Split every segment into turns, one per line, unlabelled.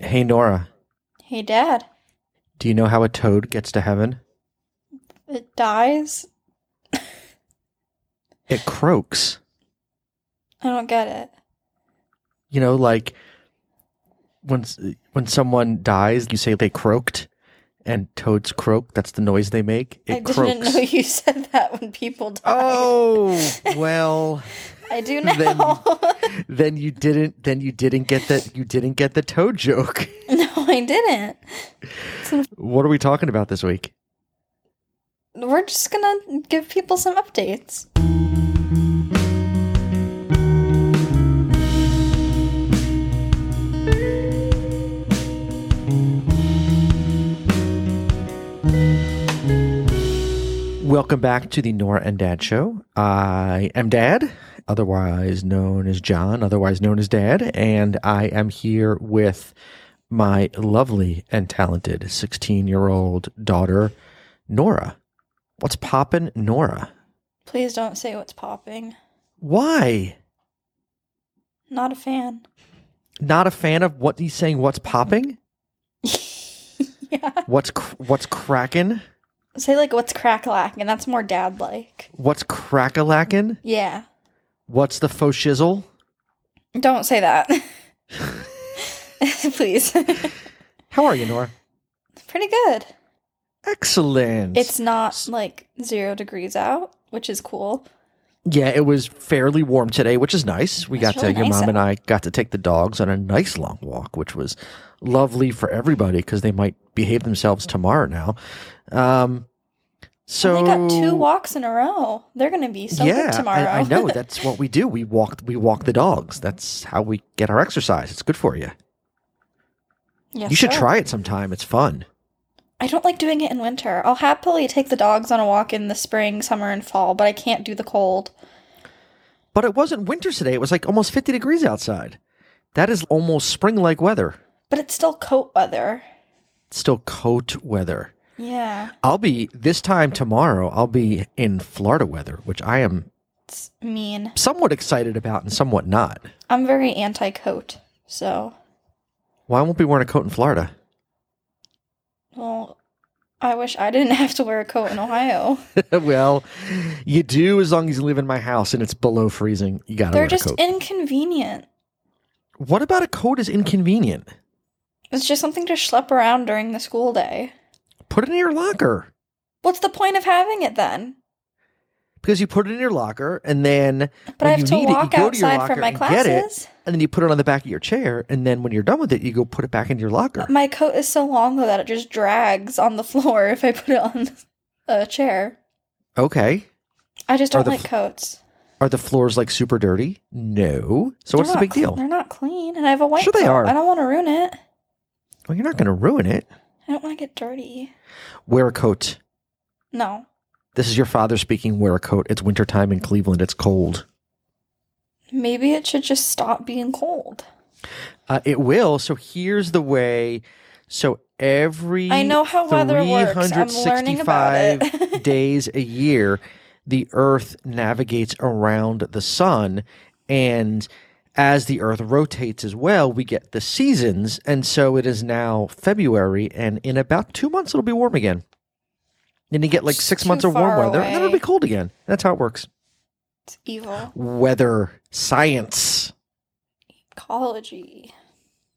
Hey, Nora,
Hey, Dad.
do you know how a toad gets to heaven?
It dies?
It croaks.
I don't get it.
You know, like when s- when someone dies, you say they croaked, and toads croak. That's the noise they make. It
I
croaks.
didn't know you said that when people die.
oh well,
I do
then-
now.
then you didn't. Then you didn't get that. You didn't get the toad joke.
no, I didn't.
What are we talking about this week?
We're just gonna give people some updates.
Welcome back to the Nora and Dad Show. I am Dad, otherwise known as John, otherwise known as Dad, and I am here with my lovely and talented 16 year old daughter, Nora. What's poppin', Nora?
Please don't say what's popping.
Why?
Not a fan.
Not a fan of what he's saying, what's popping?
yeah.
What's cr- what's crackin'?
Say, like, what's crack lacking? That's more dad like.
What's crackalackin'?
Yeah.
What's the faux shizzle?
Don't say that. Please.
How are you, Nora?
Pretty good.
Excellent.
It's not like zero degrees out, which is cool.
Yeah, it was fairly warm today, which is nice. We
It's
got
really
to, your
nice
mom
out.
and I got to take the dogs on a nice long walk, which was lovely for everybody because they might behave themselves tomorrow now. Um, so
they got two walks in a row. They're going to be so
yeah,
good tomorrow.
I, I know that's what we do. We walk, we walk the dogs. That's how we get our exercise. It's good for you.
Yes,
you should
sir.
try it sometime. It's fun.
I don't like doing it in winter. I'll happily take the dogs on a walk in the spring, summer, and fall, but I can't do the cold.
But it wasn't winter today. It was like almost fifty degrees outside. That is almost spring-like weather.
But it's still coat weather.
It's still coat weather.
Yeah,
I'll be this time tomorrow. I'll be in Florida weather, which I am
it's mean.
somewhat excited about and somewhat not.
I'm very anti coat, so
Well, I won't be wearing a coat in Florida.
well, I wish I didn't have to wear a coat in Ohio.
well, you do as long as you live in my house and it's below freezing. You gotta
They're
wear
just
a coat.
inconvenient.
what about a coat is inconvenient?
It's just something to schlep around during the school day.
Put it in your locker
What's the point of having it then?
because you put it in your locker and then
But
when
I have
you
to
need
walk
it, you go to your
outside
locker
from my
and get it,
classes.
and then you put it on the back of your chair, and then when you're done with it, you go put it back into your locker.
My coat is so long though that it just drags on the floor if I put it on a chair.
Okay.
I just
Are
don't
the
like
f-
coats.
Are the floors like super dirty? No. So what's the
They're not
big
clean-
deal?
They're not clean, and I have a white.
Sure they
coat.
are.
I don't want to ruin it.
Well, you're not going to ruin it.
I don't want to get dirty.
Wear a coat.
No,
This is your father speaking. Wear a coat. It's wintertime in Cleveland. It's cold.
maybe it should just stop being cold.
Uh, it will. So here's the way. So every
I know how weather works. I'm learning about
365
it.
days a year, the Earth navigates around the sun. And as the Earth rotates as well, we get the seasons. And so it is now February. And in about two months, it'll be warm again. Then you get like
It's
six
too
months of warm
far
weather, and then it'll
away.
be cold again. That's how it works.
it's evil.
Weather science.
Ecology.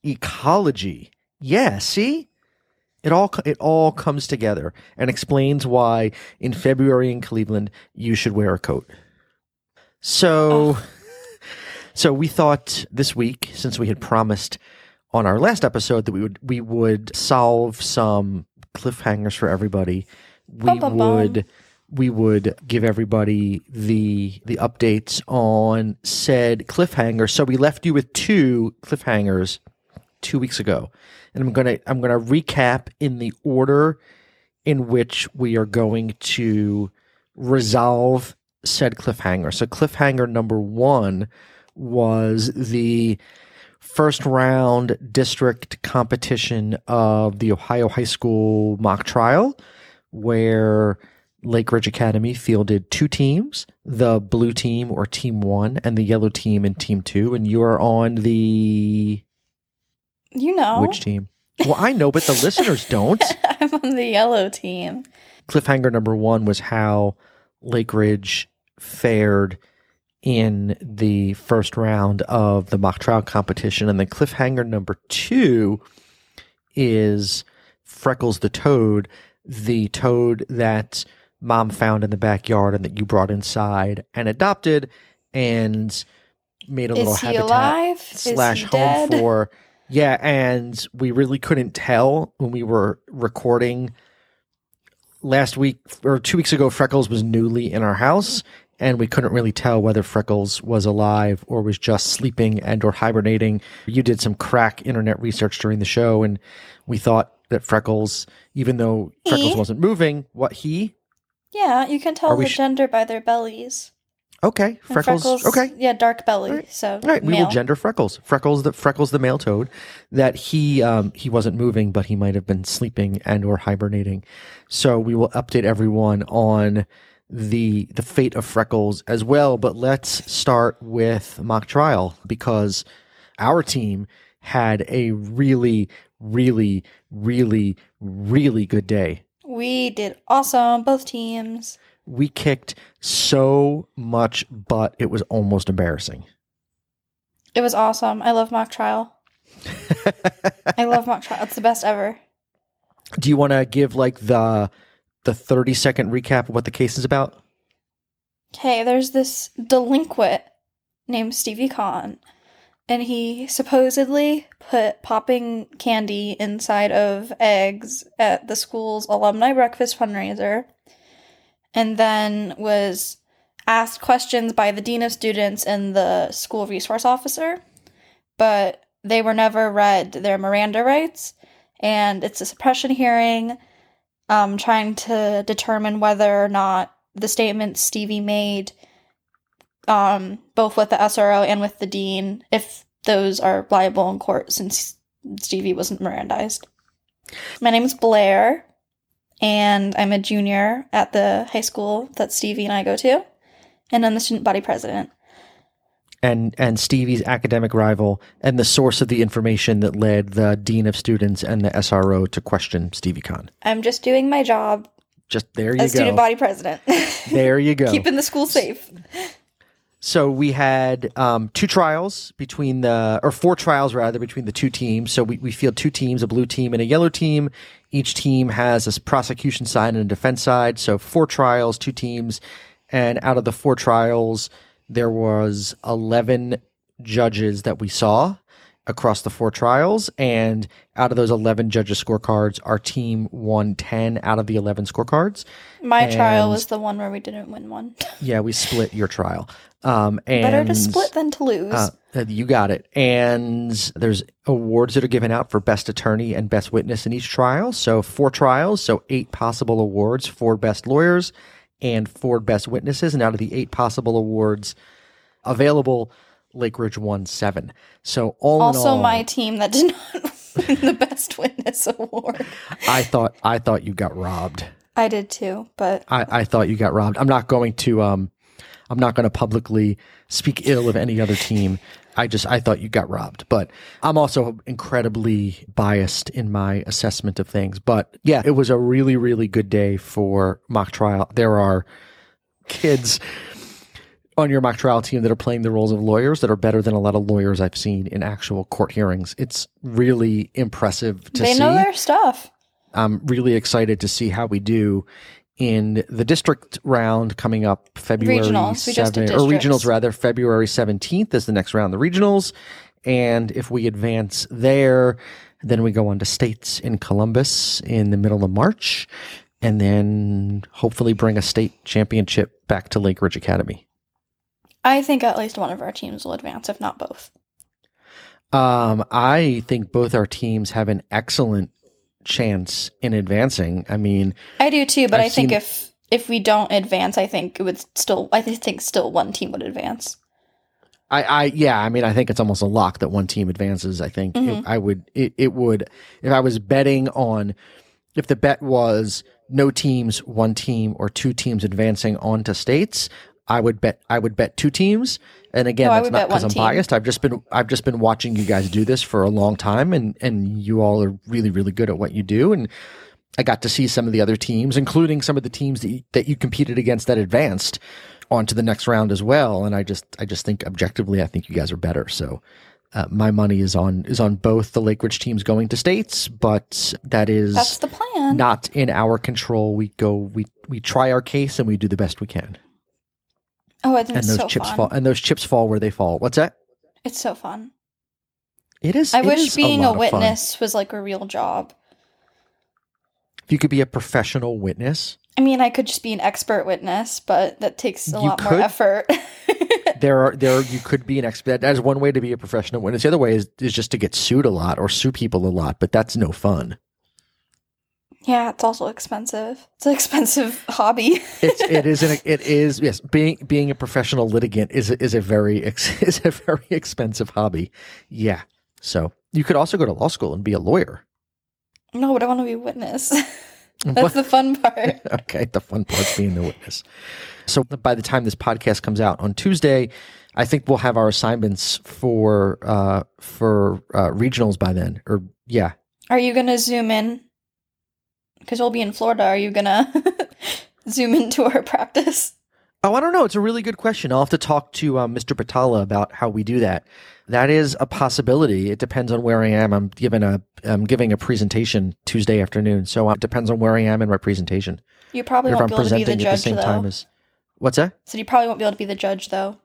ecology. Yeah, see? It all co- it all comes together and explains why in February in Cleveland you should wear a coat. So
Oh.
so we thought this week since we had promised on our last episode that we would we would solve some cliffhangers for everybody. We
Bum, bum, bum.
would we would give everybody the the updates on said cliffhanger. So we left you with two cliffhangers two weeks ago, and I'm gonna I'm gonna recap in the order in which we are going to resolve said cliffhanger. So cliffhanger number one was the first round district competition of the Ohio High School mock trial, where Lake Ridge Academy fielded two teams the blue team or team one and the yellow team in team two. And you are on the
You know,
Which team? Well, I know, but the listeners don't.
I'm on the yellow team.
Cliffhanger number one was how Lake Ridge fared in the first round of the mock trial competition. And then cliffhanger number two is Freckles the Toad, the toad that mom found in the backyard and that you brought inside and adopted and made a little
Is he
habitat
alive?
slash
Is he
home
dead?
for. Yeah, and we really couldn't tell when we were recording last week or two weeks ago. Freckles was newly in our house, and we couldn't really tell whether Freckles was alive or was just sleeping and or hibernating. You did some crack internet research during the show, and we thought that Freckles, even though
He?
Freckles wasn't moving, what he?
Yeah, you can tell
Are we
the
sh-
gender by their bellies.
Okay,
And
Freckles. Okay,
Yeah, dark belly.
All right.
So
All right, we
male.
will gender freckles. Freckles the freckles the male toad that he um, he wasn't moving, but he might have been sleeping and or hibernating. So we will update everyone on the the fate of freckles as well. But let's start with mock trial because our team had a really really really really good day.
we did awesome, both teams.
We kicked so much butt it was almost embarrassing.
It was awesome. I love mock trial. I love mock trial. It's the best ever.
Do you want to give like the the thirty second recap of what the case is about?
Okay, there's this delinquent named Stevie Kahn, and he supposedly put popping candy inside of eggs at the school's alumni breakfast fundraiser, and then was asked questions by the dean of students and the school resource officer, but they were never read their Miranda rights, and it's a suppression hearing um, trying to determine whether or not the statements Stevie made, um, both with the SRO and with the dean, if those are liable in court since Stevie wasn't Mirandized. My name is Blair, and I'm a junior at the high school that Stevie and I go to, and I'm the student body president.
And and Stevie's academic rival and the source of the information that led the dean of students and the SRO to question Stevie Kahn.
I'm just doing my job
Just there you
as
go.
student body president,
there you go.
keeping the school safe.
So we had um, two trials between the, or four trials rather, between the two teams. So we, we field two teams, a blue team and a yellow team. Each team has a s- prosecution side and a defense side. So four trials, two teams. And out of the four trials, there was 11 judges that we saw across the four trials. And out of those 11 judges' scorecards, our team won 10 out of the 11 scorecards.
My trial
And-
was the one where we didn't win one.
Yeah, we split your trial. Um, and
Better to split than to lose.
Uh, uh, you got it. And there's awards that are given out for best attorney and best witness in each trial. So four trials, so eight possible awards, four best lawyers, and four best witnesses. And out of the eight possible awards available, Lake Ridge won seven. So all in
also,
all,
my team that did not win the Best Witness Award.
I thought I thought you got robbed.
I did too, but
I, I thought you got robbed. I'm not going to um I'm not going to publicly speak ill of any other team. I just I thought you got robbed, but I'm also incredibly biased in my assessment of things. But yeah, it was a really really good day for mock trial. There are kids on your mock trial team that are playing the roles of lawyers that are better than a lot of lawyers I've seen in actual court hearings. It's really impressive to
they
see.
know their stuff.
I'm really excited to see how we do in the district round coming up February
Regionals. We just did
7 or
districts.
regionals rather February 17th is the next round the regionals and if we advance there then we go on to states in Columbus in the middle of March and then hopefully bring a state championship back to Lake Ridge Academy.
I think at least one of our teams will advance, if not both.
Um, I think both our teams have an excellent chance in advancing. I mean,
I do too, but
I've
i think
seen-
if if we don't advance, I think it would still. I th- think still one team would advance.
I, I yeah, I mean, I think it's almost a lock that one team advances. I think It-
Mhm.
I would it, it would if I was betting on if the bet was no teams, one team, or two teams advancing on to states. I would bet I would bet two teams. And again,
No, I
that's
would
not
bet
because
one
I'm
team.
biased. I've just been I've just been watching you guys do this for a long time, and and you all are really really good at what you do. And I got to see some of the other teams, including some of the teams that you, that you competed against that advanced onto the next round as well. And I just I just think objectively, I think you guys are better. So. Uh, my money is on is on both the Lake Ridge teams going to states, but that is
That's the plan.
not in our control. We go, we we try our case, and we do the best we can.
oh, I think
And
it's
those
so
chips
fun.
fall, and those chips fall where they fall. What's that?
It's so fun.
It is.
I
it
wish
is
being
lot
a
of fun.
witness was like a real job.
If you could be a professional witness,
I mean, I could just be an expert witness, but that takes a
You
lot
could.
more effort.
there are there you could be an expert. That is one way to be a professional witness. The other way is is just to get sued a lot or sue people a lot, but that's no fun.
yeah, it's also expensive. It's an expensive hobby.
It's it is an, it is yes. Being being a professional litigant is a- is a very ex, is a very expensive hobby. Yeah. So you could also go to law school and be a lawyer.
No, but I want to be a witness. That's the fun part.
okay, the fun part's being the witness. So by the time this podcast comes out on Tuesday, I think we'll have our assignments for uh, for uh, regionals by then. Or yeah,
Are you gonna zoom in? Because we'll be in Florida. Are you gonna zoom into our practice?
Oh, I don't know. It's a really good question. I'll have to talk to um, Mr. Patala about how we do that. That is a possibility. It depends on where I am. I'm giving a I'm giving a presentation Tuesday afternoon, so uh, it depends on where I am in my presentation.
You probably
if
won't
I'm
be able to be
presenting
the
at the
judge
same
though.
time as what's that?
so you probably won't be able to be the judge though.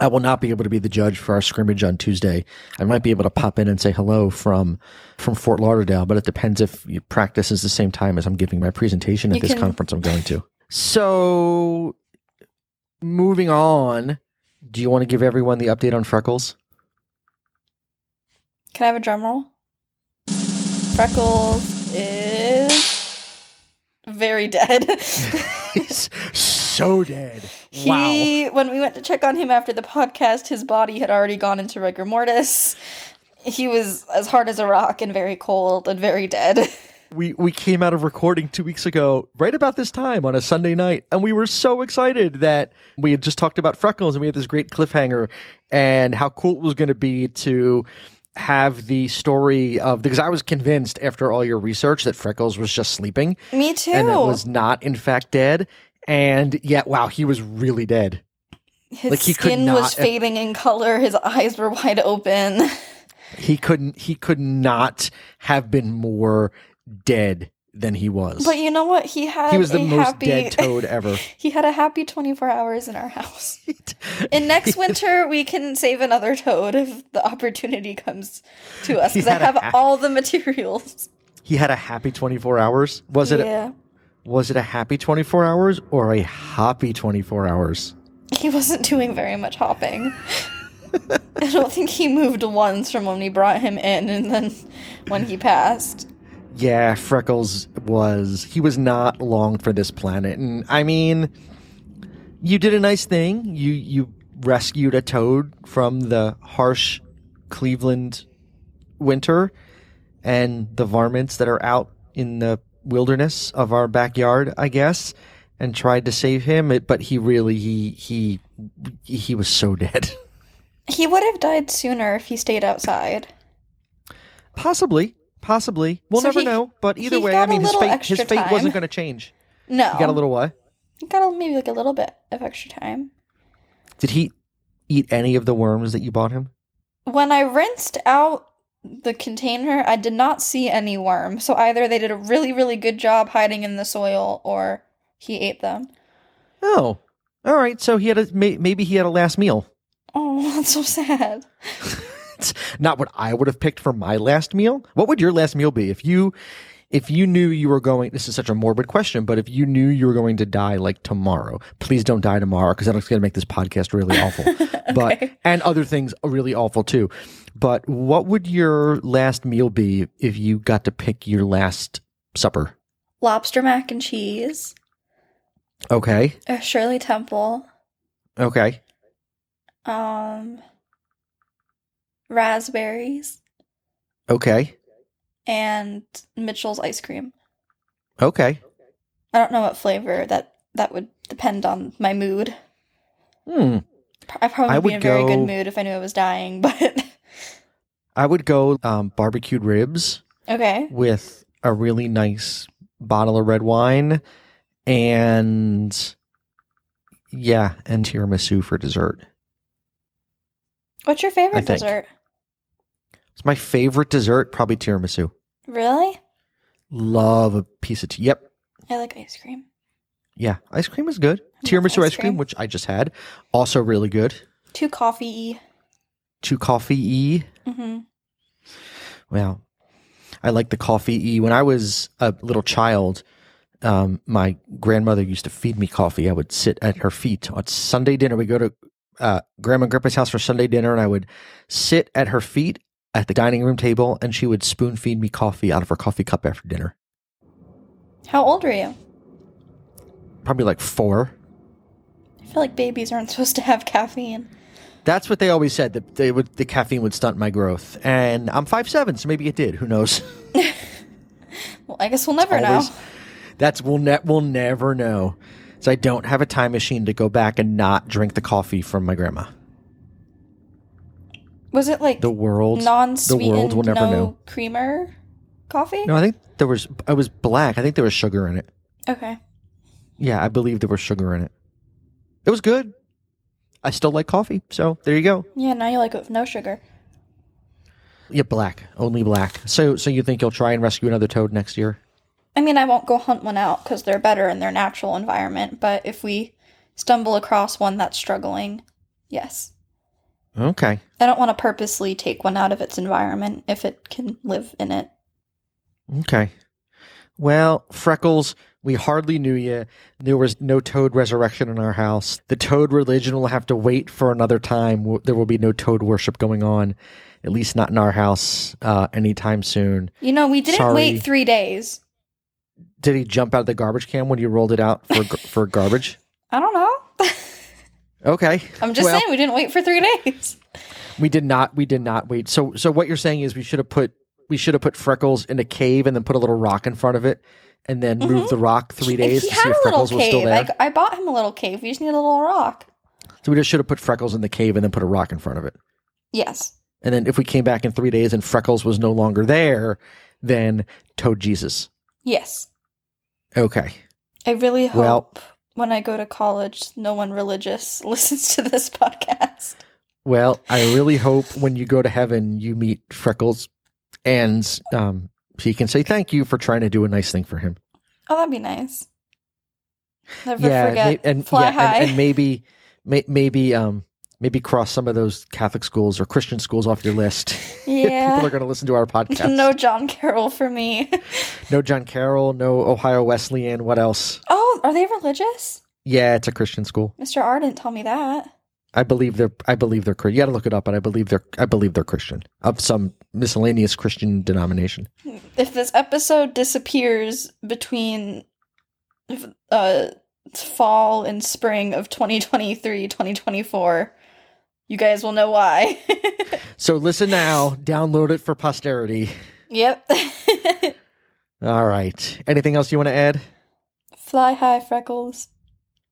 I will not be able to be the judge for our scrimmage on Tuesday. I might be able to pop in and say hello from from Fort Lauderdale, but it depends if you practice is the same time as I'm giving my presentation at
You
this
can-
conference I'm going to. So, moving on, do you want to give everyone the update on Freckles?
Can I have a drum roll? Freckles is very dead.
He's so dead.
he, when we went to check on him after the podcast, his body had already gone into rigor mortis. He was as hard as a rock and very cold and very dead.
we we came out of recording two weeks ago, right about this time on a Sunday night, and we were so excited that we had just talked about freckles and we had this great cliffhanger and how cool it was going to be to have the story of because I was convinced after all your research that freckles was just sleeping
Me too.
and it was not in fact dead, and yet wow, he was really dead.
His
Like, he could
skin
not- e-
was fading in color. His eyes were wide open.
He couldn't he could not have been more dead than he was.
But you know what? He had
he was the
a
most
happy.
dead toad ever.
he had a happy twenty four hours in our house. And next winter we can save another toad if the opportunity comes to us
He
because I
had a
have
ha-
all the materials.
he had a happy 24 hours was it
yeah,
was it a happy 24 hours or a happy 24 hours
he wasn't doing very much hopping. I don't think he moved once from when we brought him in, and then when he passed.
yeah freckles was he was not long for this planet and i mean you did a nice thing you you rescued a toad from the harsh cleveland winter and the varmints that are out in the wilderness of our backyard, I guess, and tried to save him. It, but he really he he he was so dead.
He would have died sooner if he stayed outside.
Possibly, possibly. We'll
So
never
he-
know. But either
he
way, I
got a
mean, his
little
fate
extra
his fate wasn't
time. Oh.
going to change.
No,
He got a little what?
He got a, maybe like a little bit of extra time.
Did he eat any of the worms that you bought him?
When I rinsed out the container, I did not see any worm. So either they did a really, really good job hiding in the soil or he ate them.
Oh, all right. So he had a may, maybe he had a last meal.
Oh, that's so sad.
It's not what I would have picked for my last meal. What would your last meal be if you if you knew you were going this is such a morbid question, but if you knew you were going to die like tomorrow, please don't die tomorrow because that's gonna make this podcast really awful. But and other things are really awful too. But what would your last meal be if you got to pick your last supper?
Lobster mac and cheese,
Okay.
uh, Shirley Temple,
Okay.
um, raspberries,
Okay.
and Mitchell's ice cream.
Okay.
I don't know what flavor that that would depend on my mood.
Hmm.
I'd probably
I
be
would
in a very good
go-
mood if I knew I was dying, but
I would go um, barbecued ribs
okay.
with a really nice bottle of red wine and yeah, and tiramisu for dessert.
What's your
I
favorite
think.
dessert?
It's my favorite dessert, probably tiramisu.
Really?
Love a piece of tea. Yep.
I like ice cream.
Yeah. Ice cream is good.
I love
Tiramisu
ice
ice cream,
cream.
which I just had, also really good.
Too coffee
Two coffee e.
y. hmm
Well, I like the coffee e. When I was a little child, um, my grandmother used to feed me coffee. I would sit at her feet on Sunday dinner. We go to uh, Grandma and Grandpa's house for Sunday dinner, and I would sit at her feet at the dining room table, and she would spoon feed me coffee out of her coffee cup after dinner.
How old are you?
Probably like four.
I feel like babies aren't supposed to have caffeine.
That's what they always said that they would the caffeine would stunt my growth, and I'm five seven, so maybe it did. Who knows?
Well, I guess we'll never
Always-
know.
That's we'll ne- we'll never know. So I don't have a time machine to go back and not drink the coffee from my grandma.
Was it like
The world,
non-sweetened,
the world will never
no
know.
creamer coffee?
No, I think there was. I was black. I think there was sugar in it.
Okay.
Yeah, I believe there was sugar in it. It was good. I still like coffee, so there you go.
Yeah, now you like it with no sugar.
Yeah, black, only black. So, so you think you'll try and rescue another toad next year?
I mean, I won't go hunt one out because they're better in their natural environment, but if we stumble across one that's struggling, yes.
Okay.
I don't want to purposely take one out of its environment if it can live in it.
Okay. Well, Freckles, we hardly knew you. There was no toad resurrection in our house. The toad religion will have to wait for another time. W- There will be no toad worship going on, at least not in our house uh, anytime soon.
You know, we didn't
Sorry.
wait three days.
Did he jump out of the garbage can when you rolled it out for gar- for garbage?
I don't know.
Okay.
I'm just
Well,
saying we didn't wait for three days.
we did not we did not wait. So so what you're saying is we should have put we should have put Freckles in a cave and then put a little rock in front of it and then move the rock 3 days
Mm-hmm. he
to see
had
if
a little
Freckles was still
cave.
there.
I, I bought him a little cave. We just need a little rock.
So we just should have put Freckles in the cave and then put a rock in front of it.
Yes.
And then if we came back in three days and Freckles was no longer there, then Toad Jesus.
Yes.
Okay.
I really hope
Well-
when I go to college, no one religious listens to this podcast.
Well, I really hope when you go to heaven, you meet Freckles and um, he can say thank you for trying to do a nice thing for him.
Oh, that'd be nice. Never forget.
may- and
Fly
yeah,
high.
And, and maybe, may, maybe, um, maybe cross some of those Catholic schools or Christian schools off your list. If people are
yeah.
going to listen to our podcast.
No John Carroll for me.
no John Carroll, no Ohio Wesleyan. What else?
oh, are they religious?
Yeah, it's a Christian school.
Mr. R didn't tell me that.
I believe they're I believe they're Chri- you got to look it up, but I believe they're I believe they're Christian of some miscellaneous Christian denomination.
If this episode disappears between if, uh, fall and spring of 2023, 2024, you guys will know why.
So listen now, download it for posterity.
yep.
All right. Anything else you want to add?
Fly high, Freckles.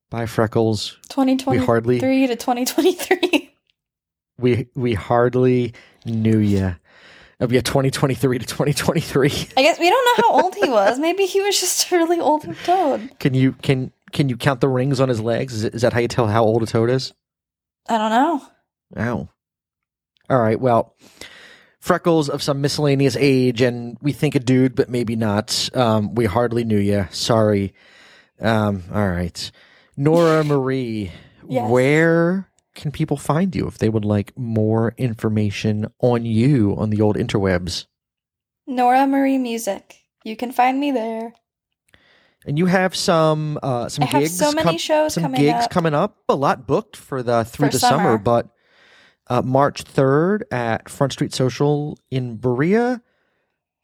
Bye, Freckles. We
2023
hardly
to 2023.
we we hardly knew ya. Of yeah, twenty twenty three to twenty twenty three.
I guess we don't know how old he was. Maybe he was just a really old toad.
Can you can can you count the rings on his legs? Is, is that how you tell how old a toad is?
I don't know.
Ow. All right. Well, freckles of some miscellaneous age, and we think a dude, but maybe not. Um, we hardly knew you. Sorry. Um, all right. Nora Marie,
Yes.
where can people find you if they would like more information on you on the old interwebs?
Nora Marie Music. You can find me there.
And you have some uh, some
I have
gigs
so many
com-
shows
some
coming
gigs
up.
coming up. A lot booked for the through
For
the summer,
summer.
but uh, March third at Front Street Social in Berea.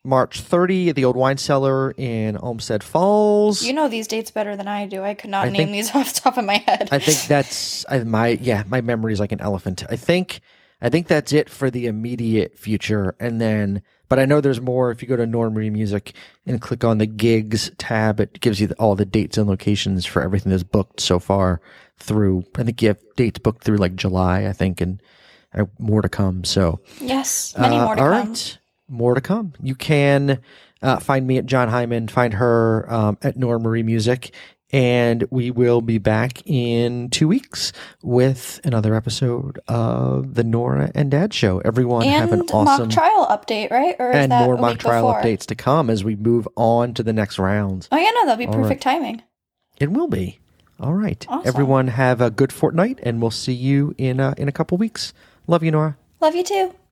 March thirty at the Old Wine Cellar in Olmsted Falls.
you know these dates better than I do. I could not
I
name
think-
these off the top of my head.
I think that's I, my yeah. My memory is like an elephant. I think I think that's it for the immediate future, and then But I know there's more. If you go to Normandy Music and click on the gigs tab, it gives you the, all the dates and locations for everything that's booked so far through. I think you have dates booked through like July, I think, and uh, more to come. So
Yes, many more to
Uh, all
come.
right. More to come. You can uh, find me at John Hyman, find her um, at Nora Marie Music, and we will be back in two weeks with another episode of the Nora and Dad Show. Everyone have an
And
awesome
mock trial update, right? Or is
and
that
more
a
mock
week
trial
before?
updates to come as we move on to the next round.
Oh yeah, no, that'd be
All
perfect timing.
It will be. All right.
Awesome.
Everyone have a good fortnight, and we'll see you in uh, in a couple weeks. Love you, Nora.
Love you too.